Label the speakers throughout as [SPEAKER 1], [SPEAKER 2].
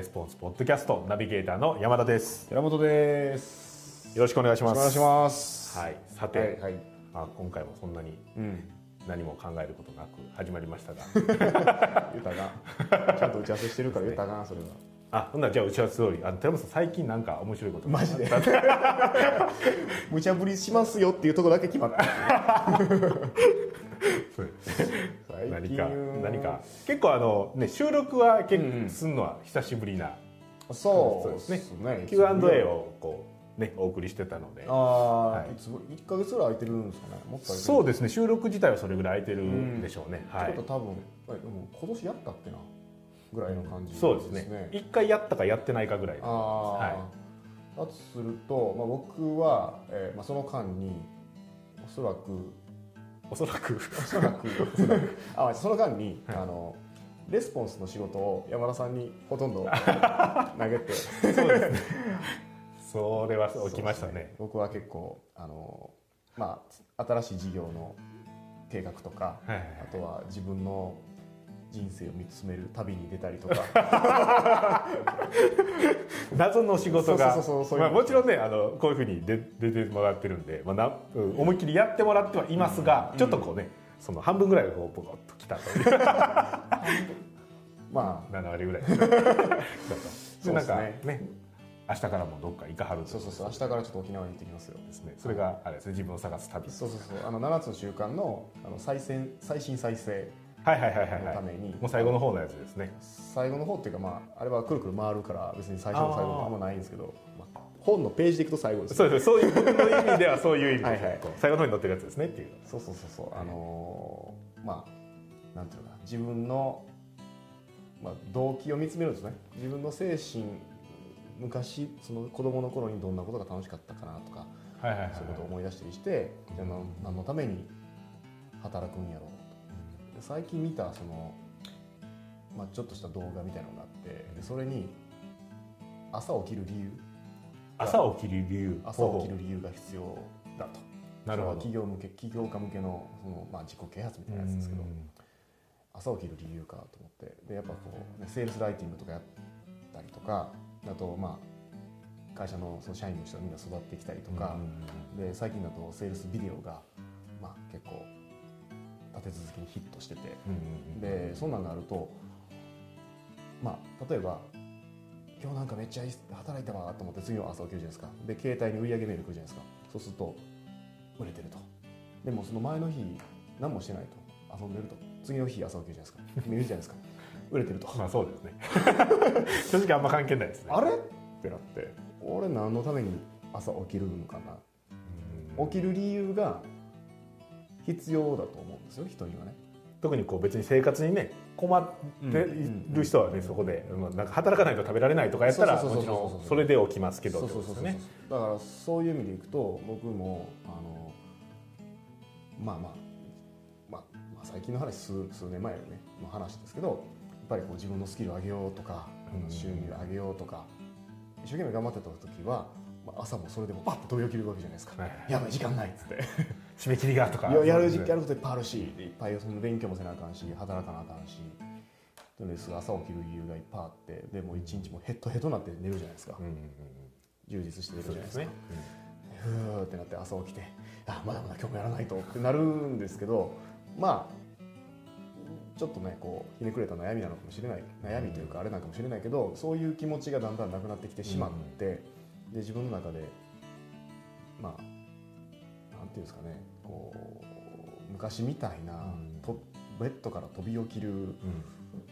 [SPEAKER 1] スポーツポッドキャストナビゲーターの山田です
[SPEAKER 2] 寺本です。
[SPEAKER 1] よろしくお願いし
[SPEAKER 2] お
[SPEAKER 1] ます
[SPEAKER 2] 願いします。
[SPEAKER 1] はいさて、
[SPEAKER 2] はいはい。
[SPEAKER 1] まあ、今回もそんなに
[SPEAKER 2] うん。
[SPEAKER 1] 何も考えることなく始まりましたが
[SPEAKER 2] ユタがちゃんと打ち合わせしてるからユタ がそれは。
[SPEAKER 1] あほんならじゃあ打ち合わせ通りあの寺本さん最近なんか面白いこと
[SPEAKER 2] マジ で。無茶ぶりしますよっていうところだけ決まった。
[SPEAKER 1] そうです
[SPEAKER 2] 最
[SPEAKER 1] 何
[SPEAKER 2] 近
[SPEAKER 1] か何か。結構あの、ね、収録は結
[SPEAKER 2] うんう
[SPEAKER 1] 構
[SPEAKER 2] ん
[SPEAKER 1] すんのは久しぶりな、
[SPEAKER 2] そう
[SPEAKER 1] そうです
[SPEAKER 2] ね
[SPEAKER 1] Q&A。をこう、ね、お送りしてたので
[SPEAKER 2] あ
[SPEAKER 1] は
[SPEAKER 2] あ
[SPEAKER 1] い
[SPEAKER 2] ー、いつも一ヶ月ぐらい空いてるんですかね。もっと空いてる。
[SPEAKER 1] そう
[SPEAKER 2] う。
[SPEAKER 1] ですね収録自体はそれぐらい空いてるんでしょうね、は
[SPEAKER 2] はい。
[SPEAKER 1] い
[SPEAKER 2] と多分あでも今年やったっけなぐらいの感じ。
[SPEAKER 1] そうですね一回やったかやってないかぐらい
[SPEAKER 2] あ
[SPEAKER 1] の
[SPEAKER 2] あ、
[SPEAKER 1] はい
[SPEAKER 2] だとすると、まあ、僕は、えーまあ、その間におそらく
[SPEAKER 1] おそらく
[SPEAKER 2] おそらくおそらくあその間に、
[SPEAKER 1] はい
[SPEAKER 2] あのレスポンスの仕事を山田さんにほ とんど投げて
[SPEAKER 1] それは起きましたね
[SPEAKER 2] そうです僕は結構あの、まあ、新しい事業の計画とか
[SPEAKER 1] はいはい
[SPEAKER 2] あとは自分の人生を見つめる旅に出たりとか
[SPEAKER 1] 謎の仕事が
[SPEAKER 2] そうそうそうそうそういう
[SPEAKER 1] まあ
[SPEAKER 2] の
[SPEAKER 1] もちろんねあのこういうふうに出出てもらってるんで、まあなうん思いっきりやってもらってはいますが、ちょっとこうねその半分ぐらいがこうボコッときたという
[SPEAKER 2] まあ
[SPEAKER 1] 7割ぐらい
[SPEAKER 2] そ
[SPEAKER 1] でな
[SPEAKER 2] うで
[SPEAKER 1] ん
[SPEAKER 2] すね
[SPEAKER 1] かね明日からもどっか行かはるとい
[SPEAKER 2] そうそうそう明日からちょっと沖縄に行ってきますよ
[SPEAKER 1] ですねそれがあれですね自分を探す旅
[SPEAKER 2] そうそうそうあの7つの習慣のあの再選最新再生
[SPEAKER 1] はいはいはいはい
[SPEAKER 2] の
[SPEAKER 1] は
[SPEAKER 2] た
[SPEAKER 1] い
[SPEAKER 2] めに、
[SPEAKER 1] もう最後の方のやつですね
[SPEAKER 2] 最後の方っていうか、まあ、あれはくるくる回るから別に最初の最後
[SPEAKER 1] あー
[SPEAKER 2] のあんまないんですけど、まあ本のページでいくと最後です
[SPEAKER 1] そうですそういう僕の意味ではそういう意味で
[SPEAKER 2] はいはい
[SPEAKER 1] こう最後の方に載ってるやつですねっていう
[SPEAKER 2] そうそうそうそうあのーまあなんていうのかな自分の、まあ、動機を見つめるんですね自分の精神昔その子供の頃にどんなことが楽しかったかなとか
[SPEAKER 1] はいはいはい
[SPEAKER 2] そういうことを思い出したりして、じゃあな何のために働くんやろうとで最近見たその、まあ、ちょっとした動画みたいなのがあってでそれに朝起きる理由
[SPEAKER 1] 朝起きる理由
[SPEAKER 2] 朝起き
[SPEAKER 1] ほう
[SPEAKER 2] る理由が必要だと
[SPEAKER 1] ほうなるほど
[SPEAKER 2] それは企業向け起業家向けのその、まあ、自己啓発みたいなやつですけど
[SPEAKER 1] うん
[SPEAKER 2] 朝起きる理由かと思ってでやっぱこう、ね、セールスライティングとかやったりとかあとまあ会社のその社員の人がみんな育ってきたりとか、で最近だとセールスビデオが、まあ、結構立て続けにヒットしてて
[SPEAKER 1] うんうんうん
[SPEAKER 2] でそんなんがあると、まあ、例えば「今日なんかめっちゃいい働いたわ」と思って次の朝起きるじゃないですかで携帯に売り上げメール来るじゃないですかそうすると売れてるとでもその前の日何もしてないと遊んでると次の日朝起きるじゃないですか見 るじゃないですか売れてると
[SPEAKER 1] まあそうですね 正直あんま関係ないですね
[SPEAKER 2] あれってなって俺何のために朝起きるのかな
[SPEAKER 1] うん
[SPEAKER 2] 起きる理由が必要だと思うんですよ人にはね
[SPEAKER 1] 特にこう別に生活にね困っている人はねそこでまあなんか働かないと食べられないとかやったら
[SPEAKER 2] そうそう
[SPEAKER 1] も
[SPEAKER 2] そう
[SPEAKER 1] ち
[SPEAKER 2] そうそう
[SPEAKER 1] ろんそれで起きますけど
[SPEAKER 2] そ
[SPEAKER 1] っ
[SPEAKER 2] う
[SPEAKER 1] て
[SPEAKER 2] そ
[SPEAKER 1] こ
[SPEAKER 2] う
[SPEAKER 1] と
[SPEAKER 2] そう
[SPEAKER 1] です
[SPEAKER 2] そう、
[SPEAKER 1] ね
[SPEAKER 2] だからそういう意味でいくと僕もあのまあまあまあ、まあ、最近の話数数年前の,、ね、の話ですけどやっぱりこう自分のスキルを上げようとか
[SPEAKER 1] うん
[SPEAKER 2] 収入上げようとか一生懸命頑張ってた時は、まあ、朝もそれでもパッと飛び起きるわけじゃないですか、
[SPEAKER 1] はいはい
[SPEAKER 2] やばい時間ないっつって
[SPEAKER 1] 締め切りがとか
[SPEAKER 2] いややる時
[SPEAKER 1] そ
[SPEAKER 2] やることいっぱいあるしいっぱいその勉強もせなあかんし働かなあかんしとりあえず朝起きる理由がいっぱいあってでもう一日もヘッドヘッドになって寝るじゃないですか、
[SPEAKER 1] うんうん
[SPEAKER 2] 充実して
[SPEAKER 1] う
[SPEAKER 2] 寝
[SPEAKER 1] ん
[SPEAKER 2] るじ
[SPEAKER 1] そ
[SPEAKER 2] ゃ
[SPEAKER 1] う
[SPEAKER 2] ない
[SPEAKER 1] で
[SPEAKER 2] ですすか
[SPEAKER 1] ね
[SPEAKER 2] ふーってなって朝起きてあまだまだ今日もやらないとってなるんですけどまあちょっとねこうひねくれた悩みなのかもしれない悩みというかあれなのかもしれないけどそういう気持ちがだんだんなくなってきてしまって、で自分の中でまあなんていうんですかねこう昔みたいな、
[SPEAKER 1] うん
[SPEAKER 2] とベッドから飛び起きる
[SPEAKER 1] うんうん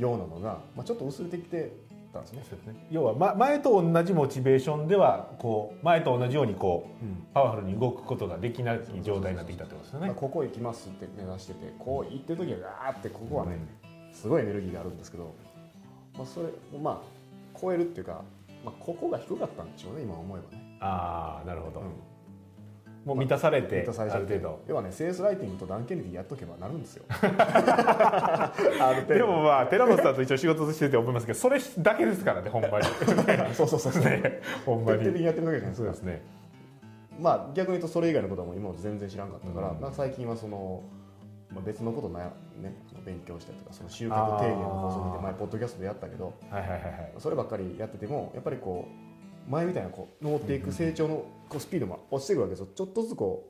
[SPEAKER 2] ようなのが、まあ、ちょっと薄れてきてたんですね。
[SPEAKER 1] そうですね要はま前と同じモチベーションではこう前と同じようにこうパワフルに動くことができない状態になってきたってことですよ
[SPEAKER 2] まあ
[SPEAKER 1] ね
[SPEAKER 2] ここ行きますって目指しててこう行ってる時はガーってここはね、すごいエネルギーがあるんですけど、まあ、それをまあ超えるっていうか、まあ、ここが低かったんでしょうね今思えばね、
[SPEAKER 1] ああなるほど、
[SPEAKER 2] うん
[SPEAKER 1] もう満たされ
[SPEAKER 2] 満
[SPEAKER 1] て
[SPEAKER 2] たされち
[SPEAKER 1] あ
[SPEAKER 2] ゃ
[SPEAKER 1] る
[SPEAKER 2] って
[SPEAKER 1] 程度
[SPEAKER 2] 要はねセールスライティングとダン・ケネディやっとけばなるんですよある程度
[SPEAKER 1] でもまあ寺本さんと一緒に仕事してて思いますけどそれだけですからねほんま に
[SPEAKER 2] そうそうそうそう、
[SPEAKER 1] ねほんま
[SPEAKER 2] 徹底的
[SPEAKER 1] に
[SPEAKER 2] にやってるわけじゃないです
[SPEAKER 1] そう
[SPEAKER 2] か
[SPEAKER 1] ですね
[SPEAKER 2] まあ逆に言うとそれ以外のことはもう今まで全然知らんかったから、
[SPEAKER 1] うん
[SPEAKER 2] まあ最近はそのまあ、別のことな、ね、あの勉強したりとかその集客提言の放送で
[SPEAKER 1] あー
[SPEAKER 2] 前ポッドキャストでやったけど
[SPEAKER 1] はいはいはいはい
[SPEAKER 2] そればっかりやっててもやっぱりこう前みたいなこう登っていく成長のこうスピードも落ちていくわけですよちょっとずつこ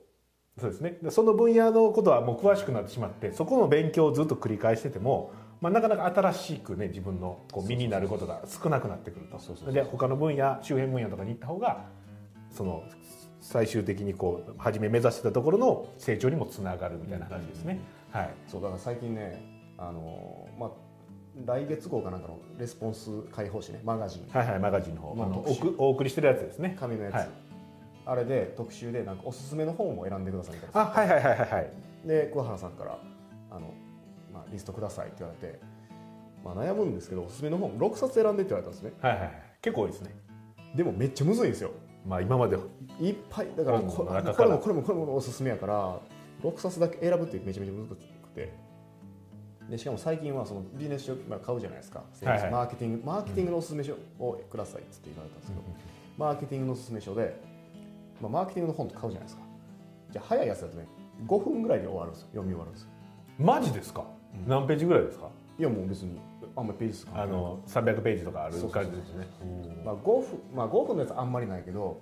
[SPEAKER 1] そうですねでその分野のことはもう詳しくなってしまってそこの勉強をずっと繰り返してても、まあ、なかなか新しくね自分のこう身になることが少なくなってくると
[SPEAKER 2] そうそうそう
[SPEAKER 1] で他の分野周辺分野とかに行った方がその最終的にこう初め目指してたところの成長にもつながるみたいな話ですね。はいう
[SPEAKER 2] そうだから最近ねあのーまあ来月号かなんかのレスポンス解放誌ねマガジン
[SPEAKER 1] はいはい、マガジンの方、
[SPEAKER 2] まあ
[SPEAKER 1] あの
[SPEAKER 2] 特
[SPEAKER 1] お
[SPEAKER 2] 集
[SPEAKER 1] くお送りしてるやつですね。
[SPEAKER 2] 紙のやつ、
[SPEAKER 1] はい
[SPEAKER 2] あれで特集でなんかおすすめの本を選んでくださいみたいな
[SPEAKER 1] あ、はいはいはいはいはい。
[SPEAKER 2] で桑原さんからあの、まあ、リストくださいって言われて、まあ、悩むんですけどおすすめの本6冊選んでって言われたんですね
[SPEAKER 1] はいはいはい。結構多いですね。
[SPEAKER 2] でもめっちゃむずいんですよ
[SPEAKER 1] まあ今まで
[SPEAKER 2] いっぱいだからこ
[SPEAKER 1] 本の中
[SPEAKER 2] こ
[SPEAKER 1] か
[SPEAKER 2] れ
[SPEAKER 1] ら
[SPEAKER 2] もこれもこれもおすすめやから6冊だけ選ぶってめちゃめちゃ難しくてでしかも最近はそのビジネス書、まあ、買うじゃないですか、
[SPEAKER 1] いはい
[SPEAKER 2] マーケティングマーケティングのおすすめ書をくださいって言われたんですけど、マーケティングのおすすめ書で、まあ、マーケティングの本と買うじゃないですかじゃあ早いやつだとね5分ぐらいで終わるんですよ読み終わるんですよ
[SPEAKER 1] マジですか。何ページぐらいですか。
[SPEAKER 2] いやもう別にあんまりページ数関係な
[SPEAKER 1] あ
[SPEAKER 2] い
[SPEAKER 1] の三百ページとかある
[SPEAKER 2] そうそうそう
[SPEAKER 1] 感じですね。うん
[SPEAKER 2] まあ、5分まあ5分のやつあんまりないけど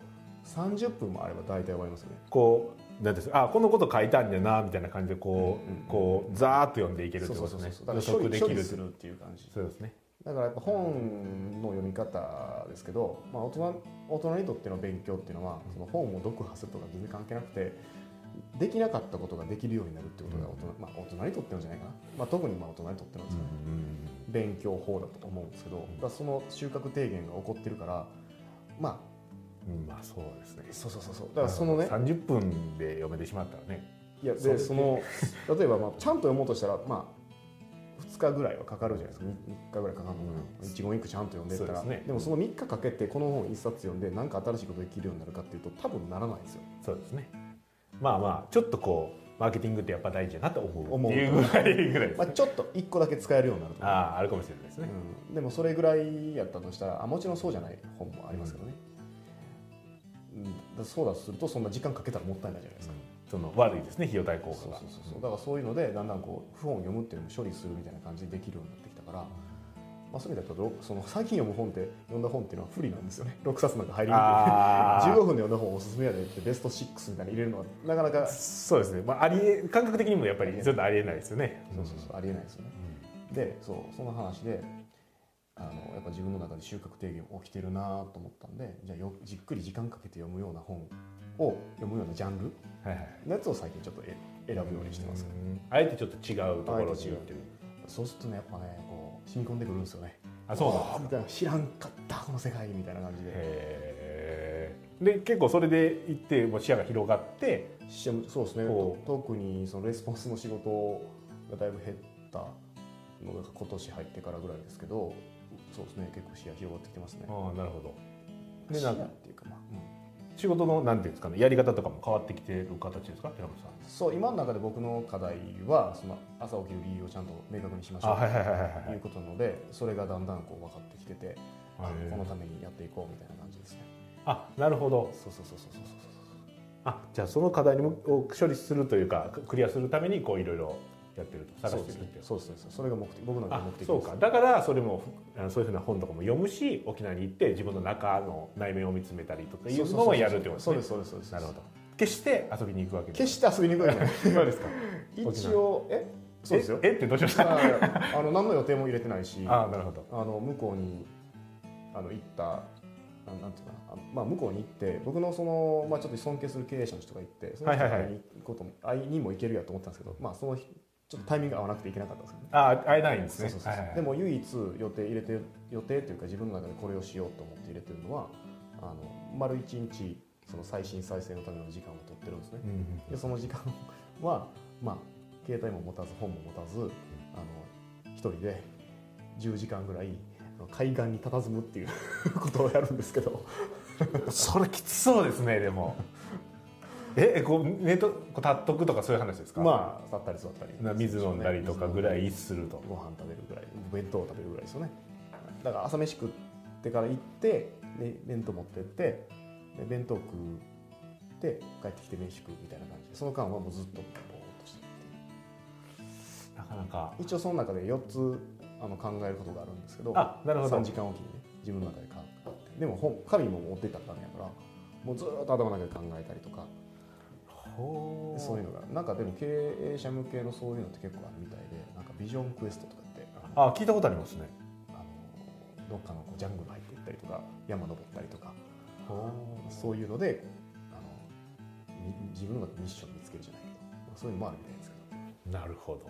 [SPEAKER 2] 30分もあれば大体終わりますよね
[SPEAKER 1] こうなんていうんですかあこのこと書いたんだなみたいな感じでこう、
[SPEAKER 2] うんうん
[SPEAKER 1] こうザーッと読んでいけるって
[SPEAKER 2] そう
[SPEAKER 1] こ
[SPEAKER 2] そう
[SPEAKER 1] と
[SPEAKER 2] そう
[SPEAKER 1] ですね。
[SPEAKER 2] そうだか
[SPEAKER 1] 予
[SPEAKER 2] ら処
[SPEAKER 1] 測で
[SPEAKER 2] 理処
[SPEAKER 1] き
[SPEAKER 2] 理
[SPEAKER 1] る
[SPEAKER 2] するっていう感じ
[SPEAKER 1] そうですね。
[SPEAKER 2] だからやっぱ本の読み方ですけど、まあ、大人大人にとっての勉強っていうのはその本を読破するとか全然関係なくてできなかったことができるようになるってことが大人,、まあ、大人にとってのじゃないかな、まあ、特にまあ大人にとってのですよね、勉強法だと思うんですけど、だからその収穫提言が起こってるからまあ
[SPEAKER 1] うんまあそうですね。
[SPEAKER 2] そうそうそうそうだからそのね
[SPEAKER 1] 三十分で読めてしまったらね。
[SPEAKER 2] いや
[SPEAKER 1] そう
[SPEAKER 2] で
[SPEAKER 1] です
[SPEAKER 2] その例えば、まあ、ちゃんと読もうとしたら、まあ、2日ぐらいはかかるじゃないですか 3, 日ぐらいかかるのかな一言一句ちゃんと読んでったら
[SPEAKER 1] そうですね
[SPEAKER 2] もその3日かけてこの本1冊読んで何か新しいことできるようになるかっていうと多分ならないんですよ。
[SPEAKER 1] そうですね。まあまあちょっとこうマーケティングってやっぱ大事だなと思
[SPEAKER 2] 思
[SPEAKER 1] う
[SPEAKER 2] う
[SPEAKER 1] っていうぐらいぐらいです
[SPEAKER 2] まあ、
[SPEAKER 1] ね。
[SPEAKER 2] ちょっと1個だけ使えるようになると
[SPEAKER 1] あ
[SPEAKER 2] 思う
[SPEAKER 1] ああるかもしれないですね。
[SPEAKER 2] うん、でもそれぐらいやったとしたらあもちろんそうじゃない本もありますけどね、うんだからそうだとするとそんな時間かけたらもったいないじゃないですか。
[SPEAKER 1] その悪いですね費用対効
[SPEAKER 2] そ
[SPEAKER 1] 果
[SPEAKER 2] う
[SPEAKER 1] が
[SPEAKER 2] そうそうそうだからそういうのでだんだんこう不本を読むっていうのも処理するみたいな感じでできるようになってきたから、まあ、そういう意味だとその最近読む本って読んだ本っていうのは不利なんですよね6冊なん か入りにくい
[SPEAKER 1] あー
[SPEAKER 2] 15分で読んだ本おすすめやでってベスト6みたいに入れるのはなかなかそ
[SPEAKER 1] そうですね、まあ、ありえ感覚的にもやっぱりちょっとありえないですよね。
[SPEAKER 2] うそうそうありえないですよね、でそうその話であのやっぱ自分の中で収穫提言起きてるなと思ったんでじゃあよじっくり時間かけて読むような本を読むようなジャンル
[SPEAKER 1] はいはい
[SPEAKER 2] のやつを最近ちょっとえ選ぶようにしてます、
[SPEAKER 1] うんあえてちょっと違うところに行ってる
[SPEAKER 2] そうするとねやっぱねこう染み込んでくるんですよね
[SPEAKER 1] あそうなんです
[SPEAKER 2] あーみたいな知らんかったこの世界みたいな感じで
[SPEAKER 1] へーで結構それで行ってもう視野が広がって
[SPEAKER 2] しそうですね
[SPEAKER 1] ほ
[SPEAKER 2] と特にそのレスポンスの仕事がだいぶ減ったのが今年入ってからぐらいですけどそうですね結構視野広がってきてますね
[SPEAKER 1] ああなるほどで
[SPEAKER 2] 視
[SPEAKER 1] な
[SPEAKER 2] 野
[SPEAKER 1] ん
[SPEAKER 2] っ
[SPEAKER 1] か
[SPEAKER 2] ていうかまあ、うん
[SPEAKER 1] 仕事のなんていうんですかねやり方とかも変わってきてる形ですか寺本さん
[SPEAKER 2] そう今の中で僕の課題はその朝起きる理由をちゃんと明確にしましょう
[SPEAKER 1] いはいはいは
[SPEAKER 2] ということなのでそれがだんだんこう分かってきててあ
[SPEAKER 1] へー
[SPEAKER 2] このためにやっていこうみたいな感じですね
[SPEAKER 1] あなるほど
[SPEAKER 2] そうそうそうそうそうそう
[SPEAKER 1] あじゃあその課題にもを処理するというかクリアするためにこういろいろやってると探
[SPEAKER 2] そう
[SPEAKER 1] して
[SPEAKER 2] です
[SPEAKER 1] るっ
[SPEAKER 2] ね
[SPEAKER 1] ていう
[SPEAKER 2] そうですねそれが目的僕なんかの
[SPEAKER 1] あ
[SPEAKER 2] 目的です
[SPEAKER 1] そうかだからそれもあのそういうふうな本とかも読むし沖縄に行って自分の中の内面を見つめたりとかいうのをやるってことです
[SPEAKER 2] そう
[SPEAKER 1] ね
[SPEAKER 2] ですそうですそうです
[SPEAKER 1] なるほど決して遊びに行くわけ
[SPEAKER 2] 決してて遊びに行くわけじゃない
[SPEAKER 1] そうですか
[SPEAKER 2] 一応えそうですよ
[SPEAKER 1] ええってどうしまし
[SPEAKER 2] だ
[SPEAKER 1] た
[SPEAKER 2] か
[SPEAKER 1] あ
[SPEAKER 2] らあの何の予定も入れてないしあ
[SPEAKER 1] あなるほど
[SPEAKER 2] の向こうにあの行ったあなんていうかなあのまあ向こうに行って僕のそのまあちょっと尊敬する経営者の人が行ってその人
[SPEAKER 1] は
[SPEAKER 2] に
[SPEAKER 1] い
[SPEAKER 2] 会
[SPEAKER 1] はいはいい
[SPEAKER 2] に行くことも会いにも行けるやと思ったんですけどまあその日ちょっとタイミングが合わなくて行けなかったんですよね
[SPEAKER 1] あ会えないんです
[SPEAKER 2] そう
[SPEAKER 1] ね
[SPEAKER 2] そうそう
[SPEAKER 1] はいはいはい
[SPEAKER 2] でも唯一予定入れて予定というか自分の中でこれをしようと思って入れてるのはあの丸一日その最新再生のための時間を取ってるんですね
[SPEAKER 1] うんうん
[SPEAKER 2] でその時間は、まあ、携帯も持たず本も持たずあの一人で10時間ぐらいあの海岸に佇むっていうことをやるんです けど
[SPEAKER 1] それきつそうですねでもええこう寝とこう立っとくとかそういう話ですか
[SPEAKER 2] まあ立ったり座ったり
[SPEAKER 1] な水飲んだりとかぐら
[SPEAKER 2] い
[SPEAKER 1] いすると
[SPEAKER 2] ご飯食べるぐらい弁当を食べるぐらいですよねだから朝飯食ってから行ってで弁当持ってってで弁当食って帰ってきて飯食うみたいな感じでその間はもうずっとぼーっとしてるっていう
[SPEAKER 1] なかなか
[SPEAKER 2] 一応その中で4つあの考えることがあるんですけど
[SPEAKER 1] あなるほど
[SPEAKER 2] 3時間おきにね自分の中で考えてでも本紙も持ってったからやからもうずーっと頭の中で考えたりとか
[SPEAKER 1] ほう
[SPEAKER 2] そういうのがなんかでも経営者向けのそういうのって結構あるみたいでなんかビジョンクエストとかってあの
[SPEAKER 1] あ聞いたことありますね
[SPEAKER 2] あのどっかのこうジャングル入っていったりとか山登ったりとかそういうのであのみ自分の中でミッション見つけるじゃないけどそういうのもあるみたいですけど
[SPEAKER 1] なるほど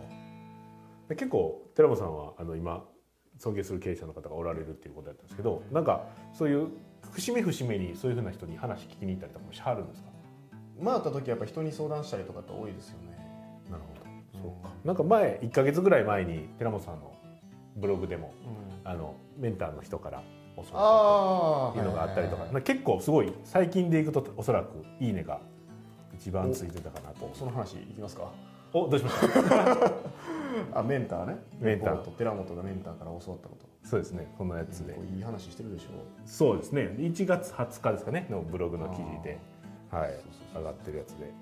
[SPEAKER 1] で結構寺本さんはあの今尊敬する経営者の方がおられるっていうことだったんですけどなんかそういう節目節目にそういうふうな人に話聞きに行ったりとかもしはるんですか
[SPEAKER 2] まああった時やっぱ人に相談したりとかって多いですよね。
[SPEAKER 1] なるほど
[SPEAKER 2] うん
[SPEAKER 1] そうかなんか前1か月ぐらい前に寺本さんのブログでもあのメンターの人から教わっ
[SPEAKER 2] ああ
[SPEAKER 1] ていうのがあったりとか
[SPEAKER 2] はいはい
[SPEAKER 1] なんか結構すごい最近でいくとおそらく「いいね」が一番ついてたかなと
[SPEAKER 2] はいその話いきますか
[SPEAKER 1] おどうしました
[SPEAKER 2] あメンターね
[SPEAKER 1] メンター
[SPEAKER 2] 僕と寺本がメンターから教わったこと
[SPEAKER 1] そうですねこのやつで
[SPEAKER 2] こういい話してるでしょ
[SPEAKER 1] そうですね1月20日ですかねのブログの記事で、はい
[SPEAKER 2] そうそう、そう
[SPEAKER 1] 上がってるやつで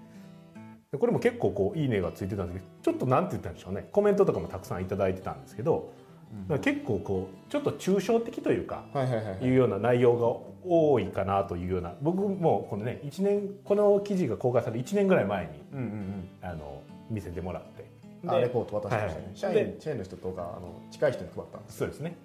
[SPEAKER 1] でこれも結構こう「いいね」がついてたんですけどちょっとなんて言ったんでしょうねコメントとかもたくさんいただいてたんですけど、
[SPEAKER 2] うん
[SPEAKER 1] なんか結構こうちょっと抽象的というか、
[SPEAKER 2] はいはいはいはい
[SPEAKER 1] いうような内容が多いかなというような僕もこのね1年この記事が公開される1年ぐらい前に
[SPEAKER 2] うんうん
[SPEAKER 1] あの見せてもらって
[SPEAKER 2] うん
[SPEAKER 1] で
[SPEAKER 2] あレポート渡しました
[SPEAKER 1] はいはいで
[SPEAKER 2] ね社員社員の人とかあの近い人に配ったんです
[SPEAKER 1] そうですね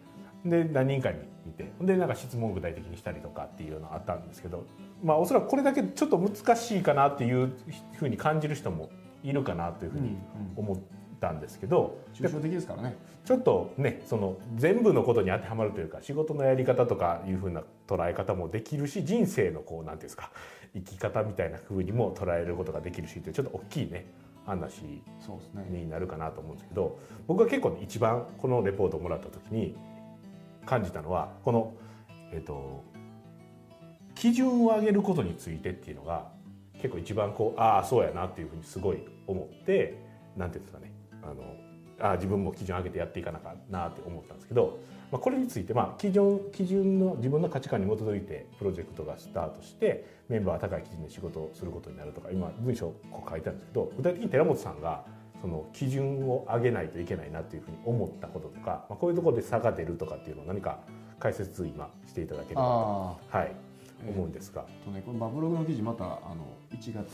[SPEAKER 1] で何人かに見てでなんか質問を具体的にしたりとかっていうのがあったんですけどまあおそらくこれだけちょっと難しいかなっていうふうに感じる人もいるかなというふうに思ったんですけど、で
[SPEAKER 2] 抽象的ですからね
[SPEAKER 1] ちょっとねその全部のことに当てはまるというか仕事のやり方とかいうふうな捉え方もできるし人生のこうなんていうんですか生き方みたいなふうにも捉えることができるしっていうちょっと大きいね話
[SPEAKER 2] そうですね
[SPEAKER 1] になるかなと思うんですけど僕は結構ね一番このレポートをもらった時に感じたのはこのえっ、と基準を上げることについてっていうのが結構一番こうああそうやなっていうふうにすごい思ってなんていうんですかねあのあー自分も基準上げてやっていかなきゃなって思ったんですけど、まあ、これについて、まあ、基準基準の自分の価値観に基づいてプロジェクトがスタートしてメンバーは高い基準で仕事をすることになるとか今文章をこう書いてあるんですけど具体的に寺本さんがその基準を上げないといけないなというふうに思ったこととか、まあ、こういうところで差が出るとかっていうのを何か解説今していただければと、
[SPEAKER 2] あ
[SPEAKER 1] はい、
[SPEAKER 2] えー
[SPEAKER 1] 思うんですが、
[SPEAKER 2] あとねこのバブログの記事またあの1月20日で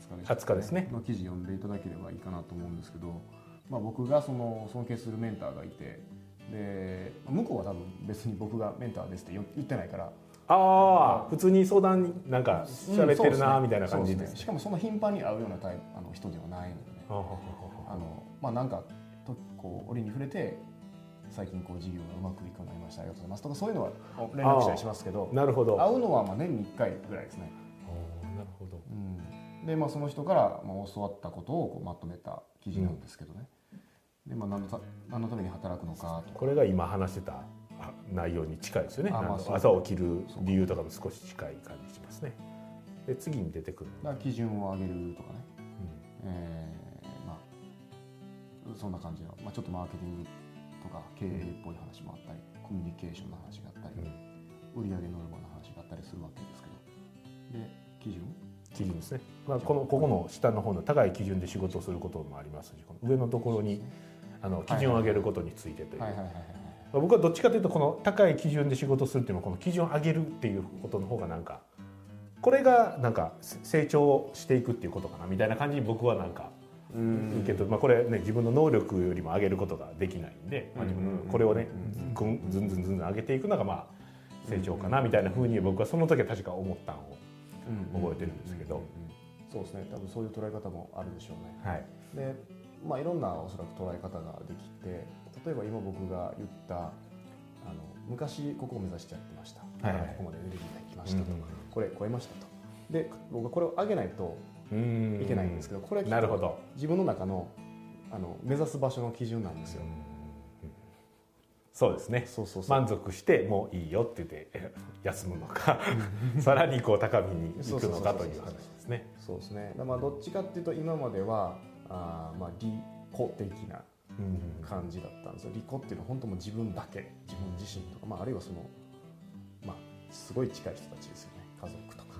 [SPEAKER 2] した
[SPEAKER 1] 20日ですね
[SPEAKER 2] の記事読んでいただければいいかなと思うんですけど、まあ、僕がその尊敬するメンターがいてで向こうは多分別に僕がメンターですって言言ってないから
[SPEAKER 1] ああ普通に相談になんか喋ってるなみたいな感じ
[SPEAKER 2] そう
[SPEAKER 1] で
[SPEAKER 2] です
[SPEAKER 1] す
[SPEAKER 2] ねし
[SPEAKER 1] ね。
[SPEAKER 2] かもそんな頻繁に会うようなタイプあの人ではないのでね
[SPEAKER 1] あー
[SPEAKER 2] あのまあなんかとこう折に触れて最近こう事業がうまくいくようになりましたありがとうございますとかそういうのは連絡したりしますけど
[SPEAKER 1] なるほど。
[SPEAKER 2] 会うのはまあ年に1回ぐらいですね
[SPEAKER 1] おーなるほど。
[SPEAKER 2] うんでまあ、その人から、まあ、教わったことをこうまとめた記事なんですけどね、でまあ、何のた何のために働くのかとか
[SPEAKER 1] これが今話してたあ内容に近いですよね。
[SPEAKER 2] あまあ
[SPEAKER 1] あの
[SPEAKER 2] そう
[SPEAKER 1] 朝起きる理由とかも少し近い感じしますね。で次に出てくるの
[SPEAKER 2] だ
[SPEAKER 1] が、
[SPEAKER 2] から基準を上げるとかね、
[SPEAKER 1] うん
[SPEAKER 2] えーまあ、そんな感じの、まあ、ちょっとマーケティングとか経営っぽい話もあったりコミュニケーションの話があったり、
[SPEAKER 1] うん
[SPEAKER 2] 売上ノルマの話があったりするわけですけどで基準
[SPEAKER 1] 基準ですね。まあこのここの下の方の高い基準で仕事をすることもありますし、この上のところにあの基準を上げることについてという。
[SPEAKER 2] はいはいはいはい
[SPEAKER 1] まあ僕はどっちかというとこの高い基準で仕事をするっていうのはこの基準を上げるっていうことの方がなんかこれがなんかせ成長していくっていうことかなみたいな感じに僕はなんか受け取る、まあ、これね自分の能力よりも上げることができないんで、まあ、自分のこれをねぐんずんずんずんずん上げていくのがまあ成長かなみたいなふうに僕はその時は確か思ったのを、覚えてるんですけど
[SPEAKER 2] そうですね多分そういう捉え方もあるでしょうね
[SPEAKER 1] はい、
[SPEAKER 2] で、まあ、いろんなおそらく捉え方ができて例えば今僕が言ったあの昔ここを目指してやってました、
[SPEAKER 1] はいはい
[SPEAKER 2] ここまでエネルギーがいきましたと、
[SPEAKER 1] うんうんうん
[SPEAKER 2] これ超えましたとで僕はこれを上げないと
[SPEAKER 1] うん
[SPEAKER 2] いけないんですけど、これは
[SPEAKER 1] なるほど
[SPEAKER 2] 自分の中のあの目指す場所の基準なんですよ、
[SPEAKER 1] そうですね
[SPEAKER 2] そうそうそう、
[SPEAKER 1] 満足してもういいよって言って え休むのか さらにこう高みに行くのかという話ですね。
[SPEAKER 2] そうですねだからまあどっちかっていうと今まではあーまあ利己的な
[SPEAKER 1] うん
[SPEAKER 2] 感じだったんですよ利己っていうのは本当もう自分だけ自分自身とか、まあ、あるいはその、まあ、すごい近い人たちですよね家族とか、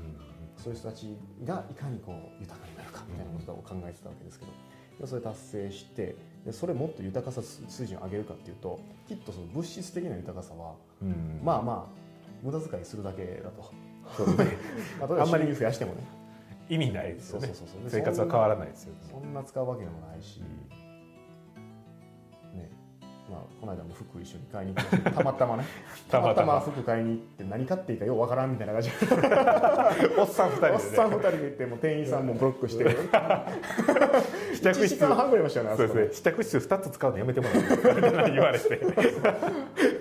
[SPEAKER 2] そういう人たちがいかにこう豊かになるかみたいなことを考えてたわけですけど、でそれ達成してでそれもっと豊かさ水準を上げるかっていうときっとその物質的な豊かさは
[SPEAKER 1] うん
[SPEAKER 2] まあまあ無駄遣いするだけだと、
[SPEAKER 1] そうね
[SPEAKER 2] まあ、例えば
[SPEAKER 1] あんまり
[SPEAKER 2] 収入増やしてもね
[SPEAKER 1] 意味ないですよね
[SPEAKER 2] そうそうそうそう
[SPEAKER 1] 生活は変わらないですよね
[SPEAKER 2] そんな使うわけでもないし、ねまあ、この間も服一緒に買いに行ってたまたまね
[SPEAKER 1] た
[SPEAKER 2] た
[SPEAKER 1] ま
[SPEAKER 2] ま
[SPEAKER 1] た
[SPEAKER 2] た
[SPEAKER 1] ま
[SPEAKER 2] ま服買いに行って何買っていいかようわからんみたいな感じで
[SPEAKER 1] おっさん二人で、ね、
[SPEAKER 2] おっさん2人で行ってもう店員さんもブロックして
[SPEAKER 1] 試
[SPEAKER 2] 1
[SPEAKER 1] 着
[SPEAKER 2] 時
[SPEAKER 1] 室
[SPEAKER 2] 間半ぐらいいましたよねあ
[SPEAKER 1] そう
[SPEAKER 2] そ
[SPEAKER 1] です
[SPEAKER 2] こ
[SPEAKER 1] ね試着室2つ使うのやめてもらってみたいな 言われて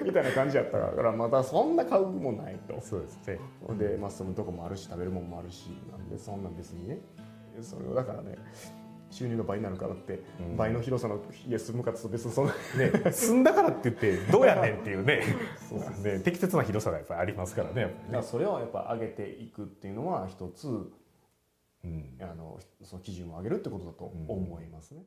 [SPEAKER 2] みたいな感じやったからまたそんな買うもんないと
[SPEAKER 1] そうですね
[SPEAKER 2] でまあ住むとこもあるし食べるもんもあるしなんでそんなん別にねそれをだからね収入の倍になるからって、
[SPEAKER 1] うん
[SPEAKER 2] 倍の広さの家住むかつと別にそんな
[SPEAKER 1] ね住んだからって言ってどうやねんっていうね
[SPEAKER 2] そうそう
[SPEAKER 1] ね適切な広さがやっぱりありますからねやっぱ
[SPEAKER 2] だ
[SPEAKER 1] り
[SPEAKER 2] か
[SPEAKER 1] ね
[SPEAKER 2] らそれをやっぱ上げていくっていうのは一つ
[SPEAKER 1] うん
[SPEAKER 2] あのその基準を上げるってことだと思いますね。